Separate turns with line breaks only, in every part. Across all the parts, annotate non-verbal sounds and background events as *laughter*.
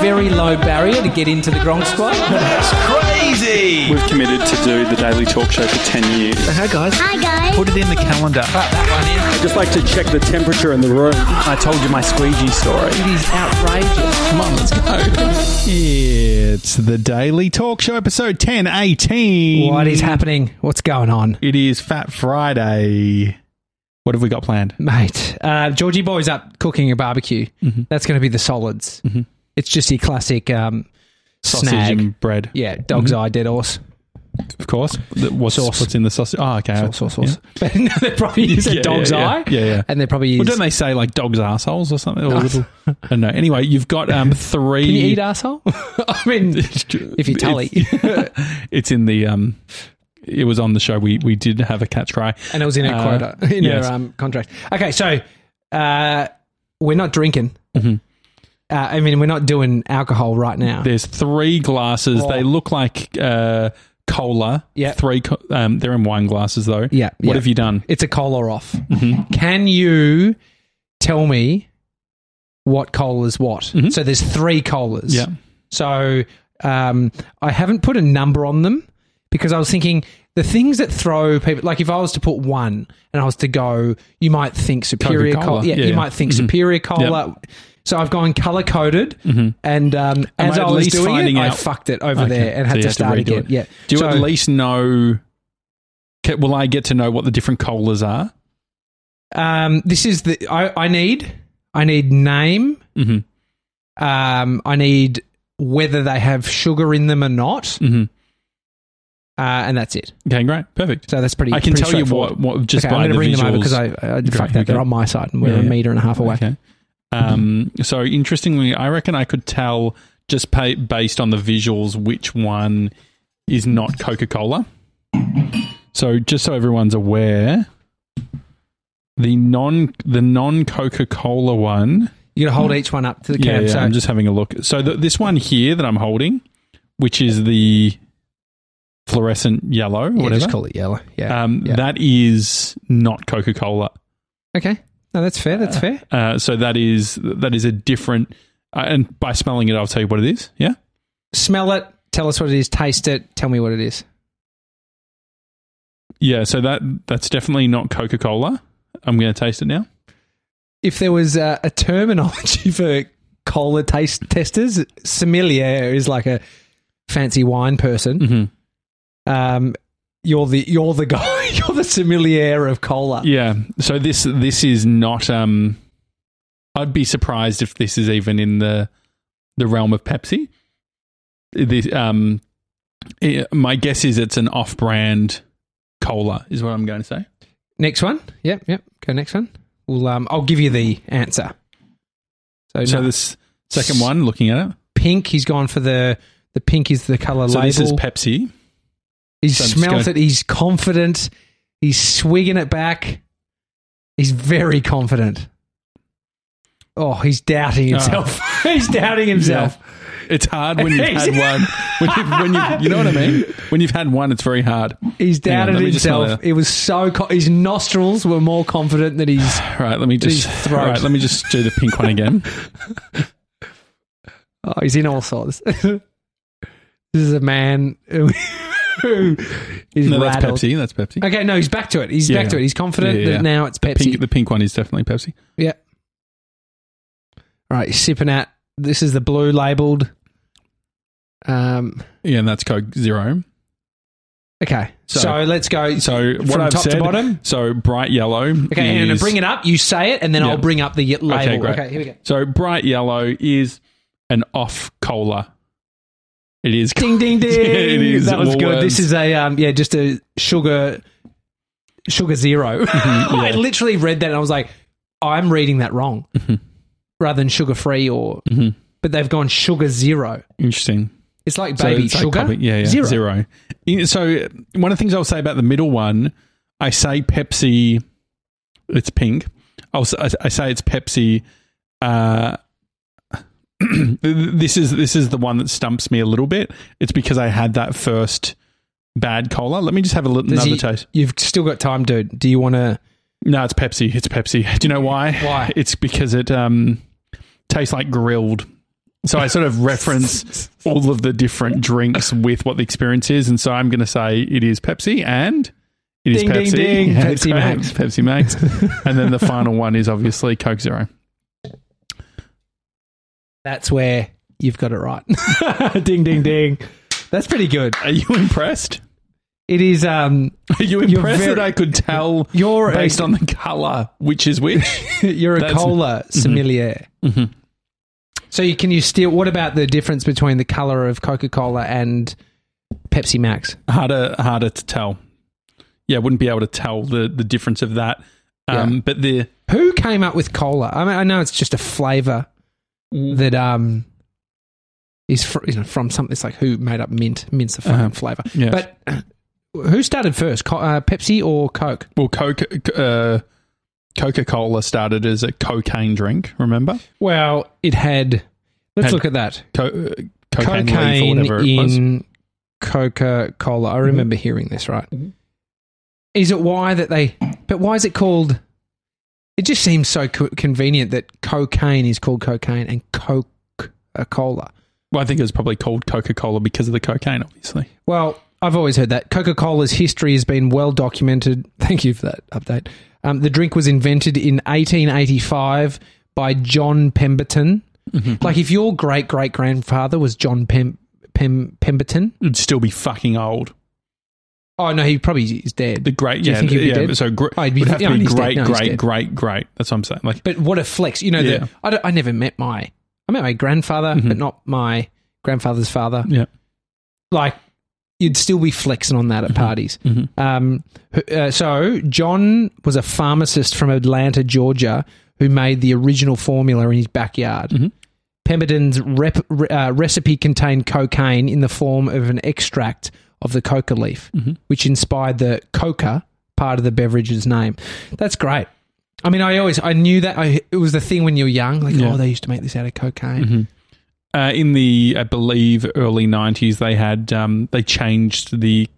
very low barrier to get into the Gronk squad.
That's crazy.
We've committed to do the Daily Talk Show for 10 years.
Hey guys.
Hi guys.
Put it in the calendar.
I just like to check the temperature in the room. I told you my squeegee story.
It is outrageous. Come on, let's go.
It's the Daily Talk Show, episode 1018.
What is happening? What's going on?
It is Fat Friday. What have we got planned?
Mate, uh, Georgie Boy's up cooking a barbecue. That's going to be the solids. It's just your classic um,
Sausage
snag.
and bread.
Yeah, dog's eye, dead horse.
Of course. The- What's,
Sauce.
what's in the sausage? Oh, okay.
Sauce, sauce, sauce. *laughs* But no, they probably use a
Yeah,
dog's
yeah, yeah.
eye.
Yeah, yeah.
And they probably use.
Well, don't they say like dogs' assholes or something? Or little, I don't know. Anyway, you've got um,
*laughs*
three.
Can you eat arsehole? *laughs* I mean, if you tally.
it's in the. Um, it was on the show. We we did have a catchcry.
and it was in her
Uh,
quota, *laughs* in
yes.
her um, contract. Okay, so uh, we're not drinking.
Mm-hmm.
Uh, I mean, we're not doing alcohol right now.
There's three glasses.
Oh.
They look like uh, cola.
Yeah.
Three. Co- um, they're in wine glasses though.
Yeah,
What
yeah.
have you done?
It's a cola off.
Mm-hmm.
Can you tell me what cola's what? So there's three colas.
Mm-hmm. Yeah.
So um, I haven't put a number on them because I was thinking the things that throw people. Like if I was to put one and I was to go, you might think superior
Coca-Cola.
cola. Yeah,
Yeah, Mm-hmm.
you
yeah.
might think superior cola. So I've gone color coded, and um,
Mm-hmm. Am
as
I
I,
at
was
least
doing it,
finding
I
out-
fucked it over
Okay.
there and
So
had
you
to
have to
start
redo
again.
it.
Yeah.
Do you
So-
at least know? ca- Will I get to know what the different colas are?
Um, this is the I, I need. I need name.
Mhm.
Um, I need whether they have sugar in them or not,
Mhm.
uh, and that's it.
Okay, great, perfect.
So that's pretty.
I can
pretty
tell you
straightforward.
what, what just
okay,
by
I'm
the
going to bring them over
visuals.
because I, I
Okay,
fuck that. They're
okay.
on my side, and we're
Yeah,
a
yeah.
meter and a half away.
Okay. Um,
Mm-hmm.
so interestingly, I reckon I could tell just pay, based on the visuals which one is not Coca Cola. So just so everyone's aware, the non the non Coca Cola one.
You got to hold each one up to the
Yeah,
cam.
yeah,
so
I'm just having a look. So th this one here that I'm holding, which is the fluorescent yellow,
yeah,
whatever.
just call it yellow. Yeah.
um,
yeah.
That is not Coca Cola.
okay. No, that's fair. That's fair.
Uh, so that is that is a different. Uh, and by smelling it, I'll tell you what it is. Yeah,
Smell it. Tell us what it is. Taste it. Tell me what it is.
yeah. So that that's definitely not Coca Cola. I'm going to taste it now.
if there was a, a terminology *laughs* for cola taste testers, sommelier is like a fancy wine person.
Mm-hmm.
Um, you're the you're the *laughs* guy. You're the sommelier of cola.
Yeah. So this this is not. Um, I'd be surprised if this is even in the the realm of Pepsi. This, um, eh, my guess is it's an off-brand cola. Is what I'm going to say.
Next one. Yep, yep. Go next one. We'll um, I'll give you the answer. So,
So
no,
this second one, looking at it,
pink. He's gone for the the pink is the color
so
label.
this is Pepsi.
he
so I'm just
smells
gonna-
it. He's confident. He's swigging it back. He's very confident. Oh, he's doubting
Ah.
himself. *laughs* he's doubting himself.
It's hard when you've had one. When you've, when you you know what I mean? When you've had one, it's very hard.
He's
Hang on,
doubted
let me just smell
himself. It was so co- his nostrils were more confident than
*sighs*
he's.
All right, let me
His
just. All
throat.
right, let me just do the pink
*laughs*
one again.
Oh, he's in all sorts. *laughs* this is a man who *laughs* who is
No, that's
rattled.
Pepsi. That's Pepsi.
Okay, no, he's back to it. He's
Yeah.
back to it. He's confident
Yeah, yeah.
that now it's Pepsi.
Pink, the pink one is definitely Pepsi.
yeah. All right, he's sipping at. This is the blue labeled. Um.
Yeah, and that's Coke Zero.
Okay, so,
So-
let's go.
So what
from
I've
top
said,
to bottom.
So bright yellow.
Okay,
is,
and bring it up. You say it, and then
Yeah.
I'll bring up the y- label.
Okay, great.
here we go.
So bright yellow is an off cola. It is.
Ding
*laughs*
ding ding.
it is
that was good.
Woolworths.
This is a um, yeah, just a sugar sugar 0 *laughs*
Mm-hmm,
I literally read that and I was like, I'm reading that wrong.
Mm-hmm.
Rather than sugar free or but they've gone sugar zero.
Interesting.
It's like
So
baby
it's like
sugar.
copy- yeah, yeah,
Zero.
zero. In- So one of the things I'll say about the middle one, I say Pepsi, it's pink. I'll, s- I I say it's Pepsi. Uh, *clears throat* this is this is the one that stumps me a little bit. It's because I had that first bad cola. Let me just have a little,
Does
another
he-
taste.
You've still got time, dude. Do you wanna
No, it's Pepsi. *laughs* It's Pepsi. Do you know why?
Why?
It's because it um tastes like grilled. So I sort
*laughs*
of reference all of the different drinks with what the experience is, and so I'm going to say it is Pepsi and it is
Ding, ding,
Pepsi,
ding.
and it's
Pepsi
Coke,
Max.
Pepsi Max, and then the final one is obviously Coke Zero.
That's where you've got it right. *laughs* ding, ding, ding. That's pretty good.
Are you impressed?
It is. Um,
Are you
You're
impressed
very-
that I could tell
you're a,
based on the color which is which?
*laughs* you're a
that's- Mm-hmm.
cola sommelier.
Mhm.
So you, can you still? What about the difference between the color of Coca Cola and Pepsi Max?
harder harder to tell. Yeah, wouldn't be able to tell the the difference of that. Um,
Yeah.
But the
Who came up with cola? I mean, I know it's just a flavor
Mm.
that um is fr- you know from something. It's like who made up mint? Mint's the fucking
Uh-huh.
flavor.
Yeah.
But *clears throat* who started first, Co- uh, Pepsi or Coke?
well, Coca uh, Coca Cola started as a cocaine drink. Remember,
Well, it had. Let's
Had-
look at that.
Co- uh, cocaine, leaf or
cocaine
whatever it was. Mm-hmm.
in Coca Cola. I remember hearing this right. Is it why that they? But why is it called? It just seems so co- convenient that cocaine is called cocaine and Coca Cola.
Well, I think it was probably called Coca Cola because of the cocaine, obviously.
Well, I've always heard that Coca Cola's history has been well documented. *laughs* Thank you for that update. Um, the drink was invented in 1885 by John Pemberton.
Mm-hmm.
Like, if your great great grandfather was John Pem- Pem- Pemberton,
It'd still be fucking old.
Oh no, he probably is dead.
The great,
Do you
yeah,
think he'd be
yeah.
dead?
So gr-
Oh, he'd
would
be-
have
yeah,
to be
he's dead.
great,
No, he's
great,
dead.
great, great. That's what I'm saying. Like,
but what a flex! You know,
Yeah. Mm-hmm.
the, I, don't- I never met my. I met my grandfather, but not my grandfather's father.
yeah,
Like, you'd still be flexing on that at parties. Um, who- uh, so John was a pharmacist from Atlanta, Georgia, who made the original formula in his backyard. Pemberton's rep, re- uh, recipe contained cocaine in the form of an extract of the coca leaf, which inspired the coca part of the beverage's name. That's great. I mean, I always I knew that I, it was the thing when you were young. Like,
Yeah.
oh, they used to make this out of cocaine.
uh, in the I believe early '90s, they had um, they changed the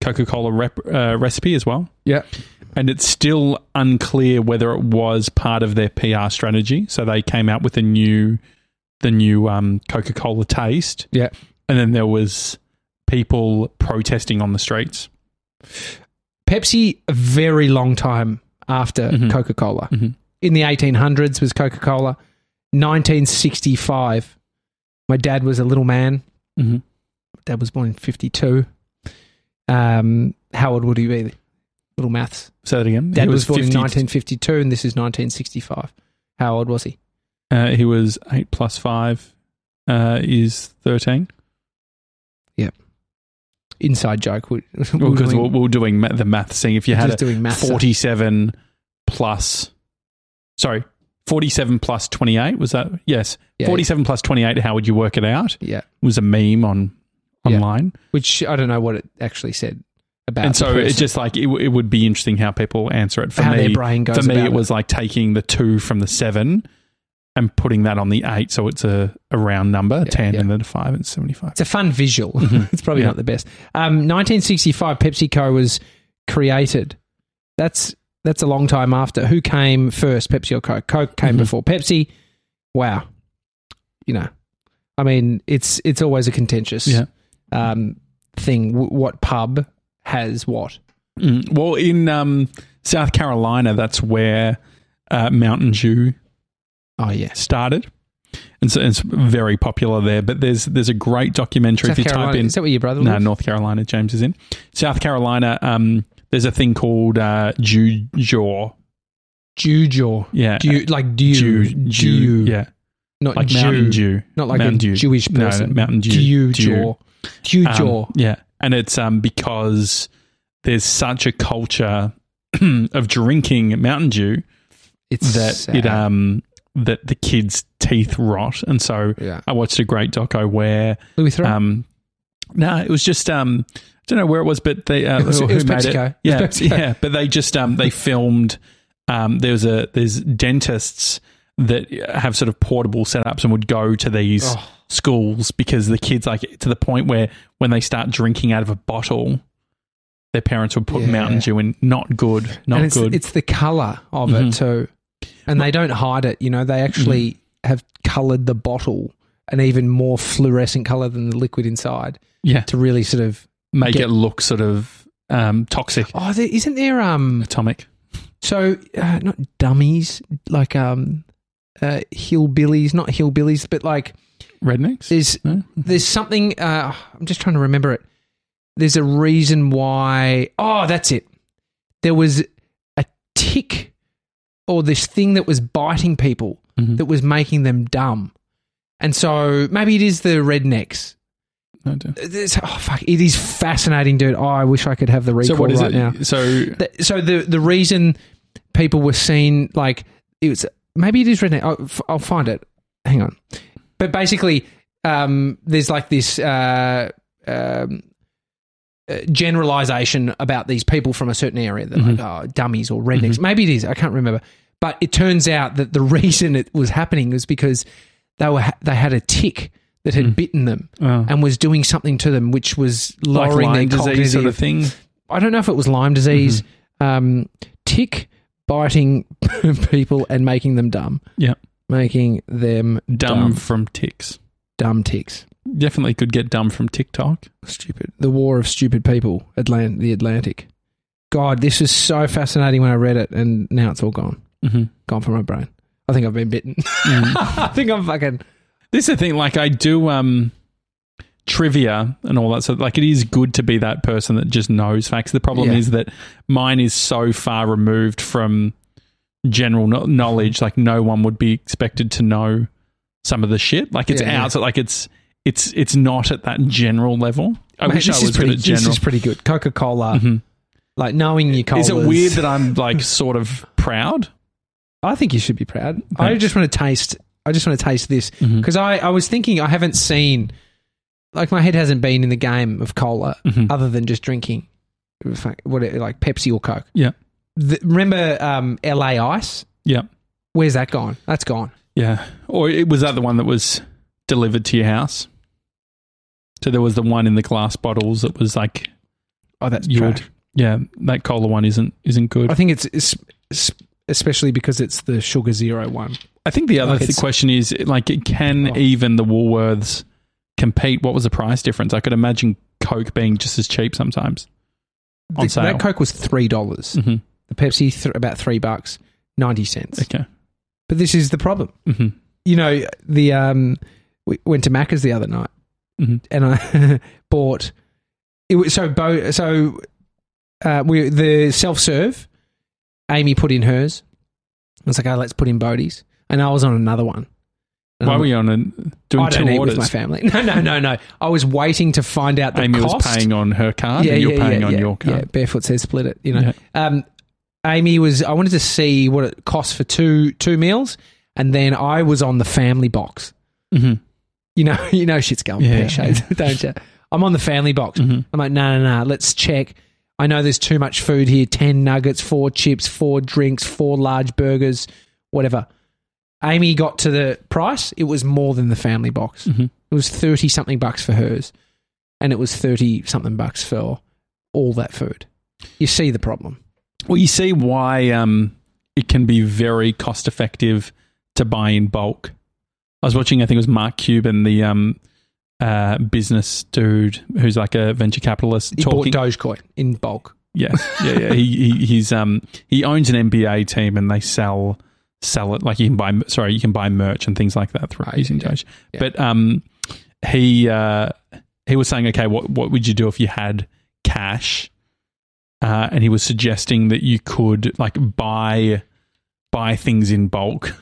Coca Cola rep- uh, recipe as well.
Yeah,
And it's still unclear whether it was part of their PR strategy. So they came out with a new, the new um, Coca Cola taste,
yeah.
and then there was people protesting on the streets.
Pepsi a very long time after
Mm-hmm.
Coca Cola. In the 1800s was Coca Cola. 1965, my dad was a little man. Mm-hmm.
Mhm.
My dad was born in 52. Um, how old would he be? Little maths.
Say that again.
Dad
He
was, born in
50
1952, and this is 1965. How old was he?
Uh, he was eight plus five uh, is thirteen.
Inside joke. We, *laughs* we
Well,
were
because
doing-
we're, we're doing ma- the math, seeing if you had
just doing
a
maths.
forty-seven plus, sorry, forty-seven plus twenty-eight was that? Yes,
Yeah,
forty-seven plus twenty-eight. How would you work it out?
Yeah.
was a meme on
Yeah.
online,
Which I don't know what it actually said about.
and
the
so it's
person,
just like it, w- it would be interesting how people answer it. For
how
me,
their brain goes.
for me,
about
it was like taking the two from the seven and putting that on the eight, so it's a, a round number, ten,
yeah.
and then a five and seventy-five.
It's a fun visual. *laughs* it's probably
Mm-hmm. Yeah.
not the best. Um, 1965, PepsiCo was created. That's that's a long time after. Who came first, Pepsi or Coke? Coke
Mm-hmm.
came before Pepsi. Wow, you know, I mean, it's it's always a contentious
Yeah.
um, thing. W- what pub has what?
Mm. Well, in um, South Carolina, that's where uh, Mountain Dew
Oh yes,
started, and so it's very popular there. But there's there's a great documentary
South
if you
Carolina.
type in
is that what your brother?
no
lives?
North Carolina. James is in South Carolina. Um, there's a thing called uh, Dew Jaw.
Jujaw.
Yeah,
Dew, like dew,
Dew,
dew,
Dew, yeah,
not
like
Jew,
Mountain Dew,
not like
Mountain
a
Dew.
Jewish
No, no,
person.
Mountain Dew, Dew.
Dewjaw. Dewjaw.
Um, yeah, and it's um because there's such a culture *clears throat* of drinking Mountain Dew
it's
that
sad.
it um that the kids' teeth rot, and so
Yeah.
I watched a great doco where
Louis Theroux.
um no, it was just um I don't know where it was, but they uh,
It was-
who,
it was
who made
PepsiCo.
it?
It
Yeah,
was PepsiCo.
yeah, but they just um they filmed um there was a there's dentists that have sort of portable setups and would go to these
Oh.
schools because the kids like to the point where when they start drinking out of a bottle their parents would put
Yeah.
Mountain Dew in. Not good. Not
and it's,
good. Mm-hmm.
It's the color of
Mm-hmm.
it too, and they don't hide it. You know, they actually have coloured the bottle an even more fluorescent color than the liquid inside
Yeah.
to really sort of.
Make
Get-
it look sort of um, toxic,
Oh, there, isn't there? Um,
atomic.
so uh, not dummies like um, uh, hillbillies, not hillbillies, but like
Rednecks?
there's
no?
there's something. Uh, I'm just trying to remember it. There's a reason why. Oh, that's it. There was a tick or this thing that was biting people
Mhm.
that was making them dumb. And so maybe it is the rednecks.
No idea.
This- oh, fuck. It is fascinating, dude. Oh, I wish I could have the
So
recall
what is
right
it?
now.
So
The- so the, the reason people were seen, like, it was maybe it is redneck. I'll, f- I'll find it. Hang on. But basically, um, there's like this uh, um, uh, generalization about these people from a certain area. They're
Mm-hmm.
like, oh, dummies or rednecks. Maybe it is. I can't remember. But it turns out that the *laughs* reason it was happening was because they were ha- they had a tick that had bitten them
Oh.
and was doing something to them, which was
like
lowering
Lyme
their
disease
cognitive.
sort of thing.
I don't know if it was Lyme disease,
Mm-hmm.
um, tick biting *laughs* people and making them dumb,
Yeah.
making them
Dumb,
dumb,
from ticks.
dumb ticks.
Definitely could get dumb from TikTok.
Stupid. The war of stupid people. Atlant- the Atlantic. God, this is so fascinating when I read it, and now it's all gone.
Mm-hmm. Mm.
Gone from my brain. I think I've been bitten. *laughs* I think I'm fucking.
This is the thing. Like I do um, trivia and all that. So like it is good to be that person that just knows facts. The problem
Yeah.
is that mine is so far removed from general kno- knowledge. Like no one would be expected to know some of the shit. Like it's
Yeah, yeah.
out. So like it's it's it's not at that general level. I
Mate,
wish I
this
was
is pretty,
good at general.
This is pretty good. Coca Cola.
Mhm.
Like knowing your colas.
Is it weird that I'm like sort of proud?
I think you should be proud. I
Thanks.
just want to taste. I just want to taste this
Mhm.
because I, I was thinking I haven't seen, like my head hasn't been in the game of cola
Mhm.
other than just drinking, fuck, what like Pepsi or Coke.
Yeah.
The, remember um, L.A. Ice?
Yeah.
Where's that gone? That's gone.
Yeah. Or it was that the one that was delivered to your house? So there was the one in the glass bottles that was like
Oh, that's
you
trash.
would Yeah, that cola one isn't isn't good.
I think it's, it's it's- especially because it's the sugar zero one.
I think the other
Like
th-
it's-
question is like can
Oh.
even the Woolworths compete? What was the price difference? I could imagine Coke being just as cheap sometimes. On
The-
sale.
That Coke was three dollars.
Mhm.
The Pepsi th- about three bucks ninety cents.
Okay.
But this is the problem.
hmm
you know the um we went to Macca's the other night
Mhm.
and I *laughs* bought it was so bo- so uh we the self serve Amy put in hers I was like oh let's put in Bodie's and I was on another one And
Why
I'm-
were you on an, doing
I don't
two
eat
orders?
with my family *laughs* no no no no I was waiting to find out the
Amy
cost
was paying on her card and you're paying on your
yeah,
card.
barefoot says split it you know
Yeah.
um, Amy was. I wanted to see what it cost for two two meals, and then I was on the family box.
Mhm.
You know, *laughs* you know, shit's going
Yeah.
pear shaped, *laughs* don't you? I'm on the family box.
Mhm.
I'm like, no, no, no. Let's check. I know there's too much food here. Ten nuggets, four chips, four drinks, four large burgers, whatever. Amy got to the price. It was more than the family box.
Mhm.
It was thirty something bucks for hers, and it was thirty something bucks for all that food. You see the problem.
Well, you see why um, it can be very cost effective to buy in bulk. I was watching, I think it was Mark Cuban, the um, uh, business dude who's like a venture capitalist,
He
talking.
bought Dogecoin in bulk.
yeah, yeah, yeah. He, he he's um he owns an NBA team and they sell sell it like you can buy sorry you can buy merch and things like that through
Right,
using
yeah,
Doge.
yeah.
But um he uh he was saying okay what what would you do if you had cash? Uh, and he was suggesting that you could like buy buy things in bulk,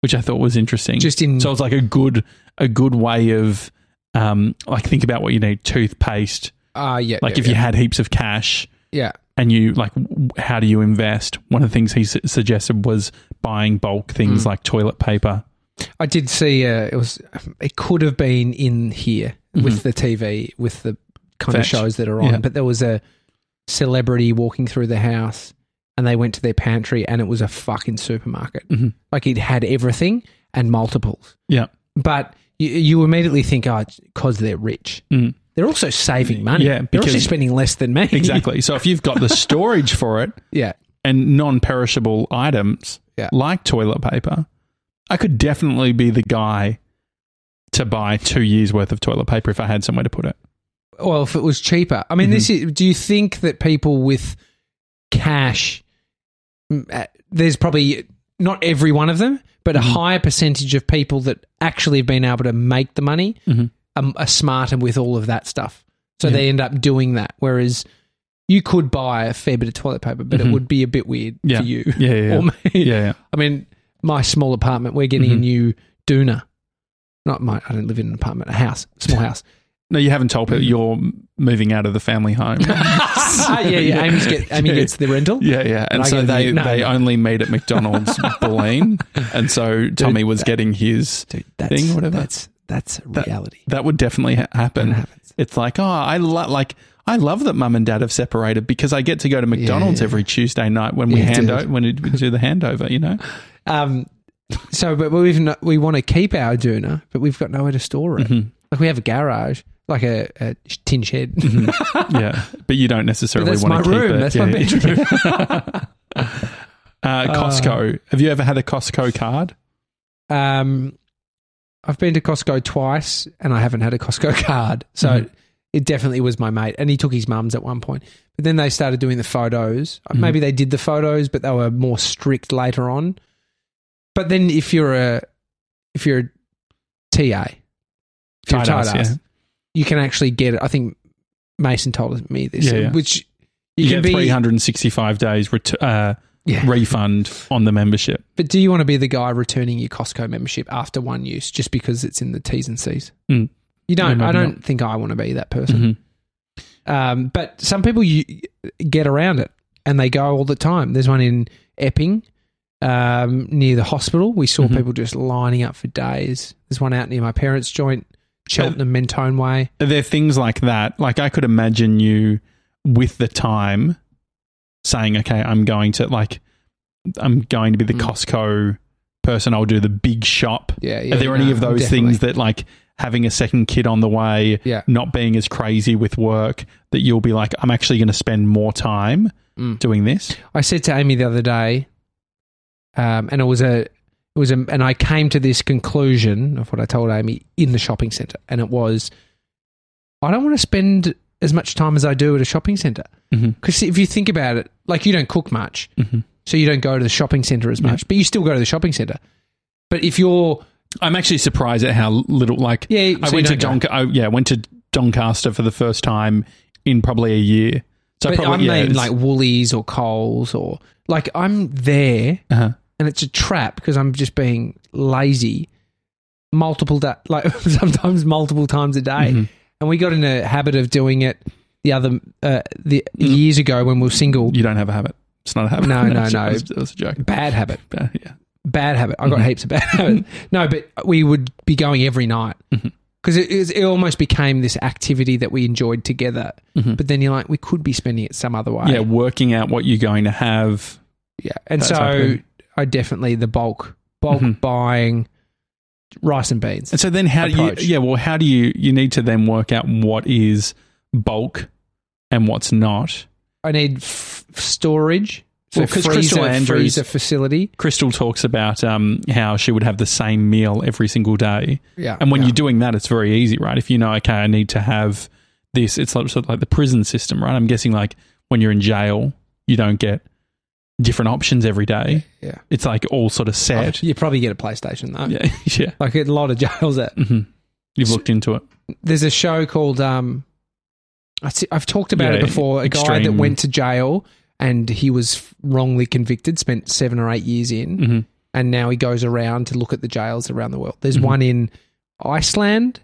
which I thought was interesting.
Just in-
so it's like a good a good way of um like think about what you need toothpaste
Ah, yeah.
like
yeah,
if you had heaps of cash
yeah. yeah.
and you like w- how do you invest one of the things he su- suggested was buying bulk things
Hmm.
like toilet paper
I did see. Uh, it was. It could have been in here with the TV with the kind
Mm-hmm. Fetch.
of shows that are on,
Yeah.
but there was a celebrity walking through the house, and they went to their pantry, and it was a fucking supermarket.
Mhm.
Like it had everything and multiples. *laughs*
yeah
But you, you immediately think, oh, because they're rich.
Mm.
They're also saving money.
Yeah,
they're also
because-
spending less than me.
exactly so if you've got the storage for it
*laughs* yeah.
and non-perishable items
Yeah.
like toilet paper i could definitely be the guy to buy two years worth of toilet paper if I had somewhere to put it.
well, if it was cheaper. I mean, this
Mm-hmm.
is, do you think that people with cash, mm, uh, there's probably not every one of them, but a
Mm-hmm.
higher percentage of people that actually have been able to make the money
Mm-hmm.
um, are smarter with all of that stuff. So they end up doing that. Whereas you could buy a fair bit of toilet paper, but it would be a bit weird
Mm-hmm. Yeah.
for you. *laughs*
Yeah, yeah, yeah.
or me.
Yeah, Mm-hmm. yeah.
I mean, my small apartment, we're getting a new doona. Not my, I don't live in an apartment, a house,
*laughs*
small house.
No, you haven't told people you're moving out of the
*laughs*
family home.
Ah, yeah, yeah. Amy's get, Amy
Yeah.
gets the rental.
Yeah, yeah. And
I
so
get
they,
the- no,
they
no.
only meet
*laughs*
at McDonald's Boleyn. And so Tommy was getting his.
Dude, that's,
Thing, whatever.
That's that's reality.
That would definitely ha- happen.
That happens.
It's like, oh, I lo- like I love that mum and dad have separated because I get to go to McDonald's
yeah.
every Tuesday night when we
Yeah,
hand
dude.
o- when we do the handover, you know?
Um, so, but we've no, we want to keep our doona, but we've got nowhere to store it.
Mm-hmm.
Like we have a garage, like a, a tin shed. *laughs*
yeah, Mm-hmm. but you don't necessarily
that's my
want to keep
room.
it.
That's
Yeah,
my
yeah.
bedroom.
*laughs* Uh, Costco. Have you ever had a Costco card?
um, I've been to Costco twice, and I haven't had a Costco *laughs* card, so
Mm-hmm.
it definitely was my mate. And he took his mum's at one point, but then they started doing the photos.
Mm-hmm.
Maybe they did the photos, but they were more strict later on. But then, if you're a if you're a TA, if you're a
Tight ass,
tight ass,
yeah.
you can actually get it. I think Mason told me this,
Yeah, yeah.
which you,
You,
can
get
be.
365 days ret- uh,
Yeah.
refund on the membership.
But do you want to be the guy returning your Costco membership after one use just because it's in the T's and C's?
Mm.
You don't.
No,
I
maybe Mm-hmm.
don't think I want to be that person. Um, but some people you get around it and they go all the time. There's one in Epping um, near the hospital. We saw
Mm-hmm.
people just lining up for days. There's one out near my parents' joint, Cheltenham Mentone Way.
Are there things like that? Like I could imagine you with the time saying, okay, I'm going to like, I'm going to be the Costco person. I'll do the big shop.
Mm. Yeah, yeah,
Are there any
no,
of those
definitely.
things that like having a second kid on the way,
Yeah.
not being as crazy with work that you'll be like, I'm actually going to spend more time
Mm.
doing this?
I said to Amy the other day, um, and it was a, it was a, and I came to this conclusion of what I told Amy in the shopping centre, and it was, I don't want to spend as much time as I do at a shopping centre because if you think about it, like you don't cook much, so you don't go to the shopping centre as much, but you still go to the shopping centre. But if you're
I'm actually surprised at how little. Like,
Yeah,
I
so
went
you
to
don't
Donca- I, yeah, I went to Doncaster for the first time in probably a year. So
But
probably
I
yeah,
mean,
it's-
like Woolies or Coles or like I'm there,
Uh-huh.
and it's a trap because I'm just being lazy. Multiple da- like *laughs* sometimes multiple times a day,
Mm-hmm.
and we got in a habit of doing it the other uh, the
Mm-hmm.
years ago when we were single.
you don't have a habit. It's not a habit. *laughs*
No, no,
That
no.
was, that was a joke.
Bad habit,
Uh, yeah.
bad habit. I got
Mm-hmm.
heaps of bad *laughs* habit. No, but we would be going every night
Mm-hmm.
because it, is- it almost became this activity that we enjoyed together. But then you're like, we could be spending it some other way.
yeah, working out what you're going to have.
Yeah, and
That's Mm-hmm.
so
happening.
I definitely the bulk bulk buying rice and beans.
And so then how
Approach.
do you, yeah, well, how do you, you need to then work out what is bulk and what's not.
I need f- storage. So
Well, 'cause
freezer,
Crystal Andrews-
freezer facility.
Crystal talks about um, how she would have the same meal every single day.
Yeah,
And when
yeah.
you're doing that, it's very easy, right? If you know, okay, I need to have this, it's like, sort of like the prison system, right? I'm guessing like when you're in jail, you don't get different options every day.
Yeah, Oh,
It's like all sort of set.
you probably get a PlayStation though.
Yeah. *laughs* Mm-hmm. yeah.
Like a lot of *laughs* jails. That
You've looked into it.
there's a show called um, I see, I've talked about
Yeah,
it before. A guy that
extreme-
went to jail and he was wrongly convicted, spent seven or eight years in,
Mm. Mm-hmm.
and now he goes around to look at the jails around the world. There's
Mm-hmm.
one in Iceland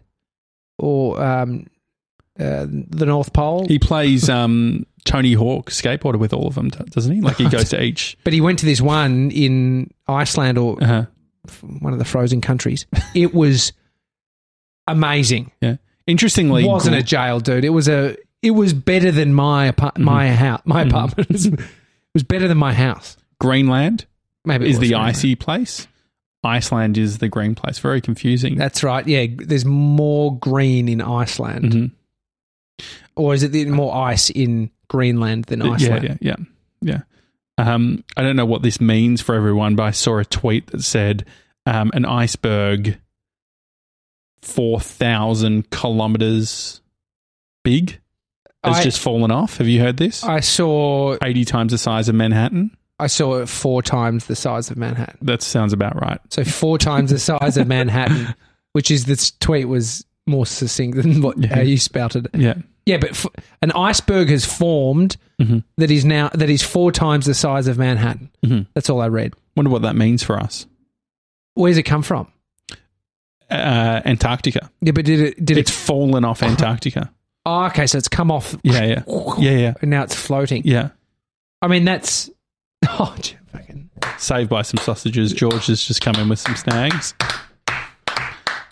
or um, uh, the North Pole,
He plays um, Tony Hawk skateboarder with all of them, do- doesn't he? Like he goes to each.
but he went to this one in Iceland or
*laughs* Uh-huh.
one of the frozen countries. *laughs* It was amazing.
Yeah. Interestingly,
It wasn't a jail, dude. It was a. It was better than my apart-
Mm-hmm.
my house. My apartment *laughs* it was better than my house.
Greenland
Maybe it
is
was
the
anyway.
icy place. Iceland is the green place. Very confusing.
That's right. Yeah, there's more green in Iceland, or is it the, more ice in Greenland than Iceland?
Mm-hmm. Yeah, yeah, yeah, yeah. Um, I don't know what this means for everyone, but I saw a tweet that said um, an iceberg 4,000 kilometers big has
I-
just fallen off. Have you heard this?
I saw
80 times the size of Manhattan.
I saw it four times the size of Manhattan.
That sounds about right.
So four times the size of
*laughs*
Manhattan, which is this tweet was more succinct than what
Yeah.
how you spouted. it.
Yeah.
Yeah, but f- an iceberg has formed
Mhm.
that is now that is four times the size of Manhattan.
Mhm.
That's all I read.
Wonder what that means for us.
Where's it come from?
Uh, Antarctica.
Yeah, but did it did
It's
it?
fallen off
*laughs*
Antarctica.
Oh, okay, so it's come off.
Yeah, yeah. Yeah, yeah.
And now it's floating.
Yeah.
I mean, that's *laughs* oh, gee, fucking
Saved by some sausages. George has just come in with some snags.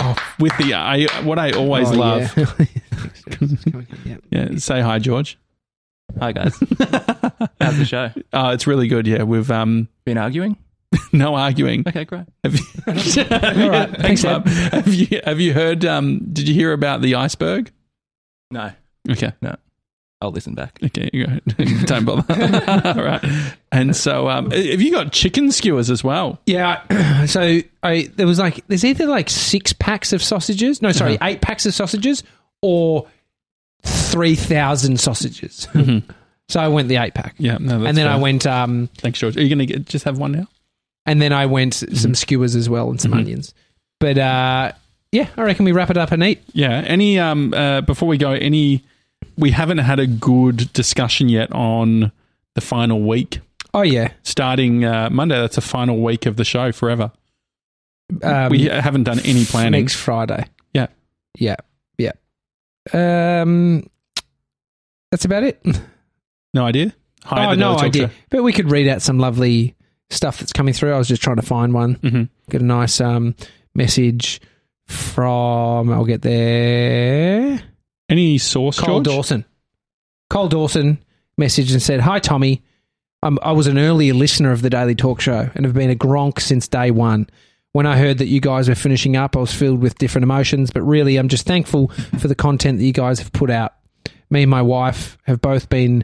Oh, with the I, what I always
oh,
love.
yeah. Thanks, James. It's coming in, yeah.
Yeah, say hi, George.
Hi *laughs* guys. How's the show?
Uh, it's really good. Yeah, we've um,
Been arguing?
no arguing.
Okay, great.
*laughs*
Have you, *laughs*
right.
Thanks,
Thanks, Ed.
Bob. Have you have you heard? Um, did you hear about the iceberg?
No,
Okay,
I'll listen back.
okay, you go. *laughs* don't bother. All right. And so, um, have you got chicken skewers as well?
Yeah, *clears throat* so I there was like there's either like six packs of sausages, no,
Uh-huh.
sorry, eight packs of sausages, or three thousand sausages. *laughs* so I went the eight pack,
Yeah, no. Mm-hmm. That's
and then I
fair.
went, um,
Thanks, George. Are you going to get just have one now?
and then I went
Mm-hmm.
some skewers as well and some onions. But uh, yeah, I reckon we wrap it up and eat.
Yeah. Any um uh, before we go, any we haven't had a good discussion yet on the final week.
Oh yeah,
Starting uh, Monday, that's a final week of the show forever.
um,
we haven't done any planning.
next Friday.
Yeah.
yeah, yeah. Um, that's about
*laughs*
it.
No idea. Hi at
oh
the
no
Daily Talk
idea,
Show.
but we could read out some lovely stuff that's coming through. I was just trying to find one.
Mhm.
Get a nice um, message from. I'll get there.
Any source,
Cole
George?
Dawson. Cole Dawson messaged and said, "Hi Tommy, um, I was an earlier listener of the Daily Talk Show and have been a gronk since day one. When I heard that you guys were finishing up, I was filled with different emotions, but really, I'm just thankful for the content that you guys have put out. Me and my wife have both been."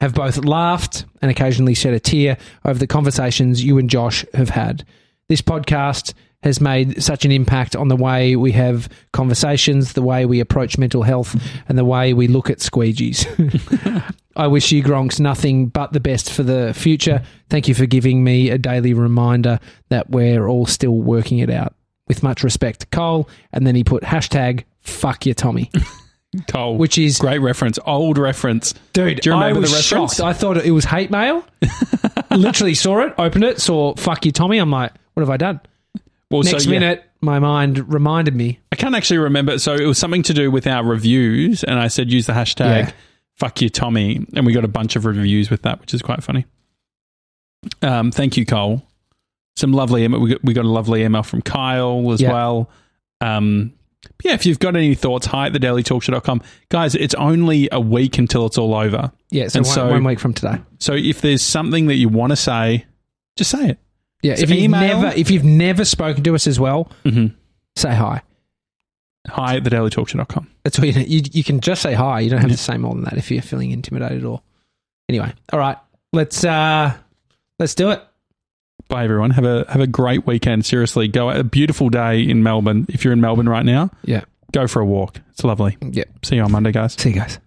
Have both laughed and occasionally shed a tear over the conversations you and Josh have had. This podcast has made such an impact on the way we have conversations, the way we approach mental health, and the way we look at squeegees. *laughs* I wish you Gronks nothing but the best for the future. Thank you for giving me a daily reminder that we're all still working it out. With much respect, Cole. And then he put hashtag fuck your Tommy,
Cole.
which is
great reference. Old reference.
Dude,
Do you remember
I was
the reference?
shocked. I thought it was hate
*laughs*
mail. Literally saw it, opened it, saw fuck you, Tommy. I'm like, what have I done?
Well, so,
Next
yeah,
minute, my mind reminded me.
I can't actually remember. So it was something to do with our reviews, and I said use the hashtag
Yeah.
fuck you, Tommy. And we got a bunch of reviews with that, which is quite funny. Um, thank you, Cole. Some lovely email. We got, we got a lovely email from Kyle as
Yeah.
well. Um, yeah, if you've got any thoughts, hi at thedailytalkshow.com. Guys, it's only a week until it's all over.
Yeah, so,
And
one,
so-
one week from today.
So if there's something that you want to say, just say it.
Yeah,
So
if you've
email-
never if you've never spoken to us as well,
Mm-hmm.
say hi.
Hi at thedailytalkshow.com.
That's all you need. You, you can just say hi. You don't have to say more than that if you're feeling intimidated or. Anyway, all right, let's uh let's do it.
Bye everyone. Have a have a great weekend. Seriously, go a beautiful day in Melbourne. If you're in Melbourne right now,
Yeah,
go for a walk. It's lovely.
yeah.
See you on Monday, guys.
See you guys.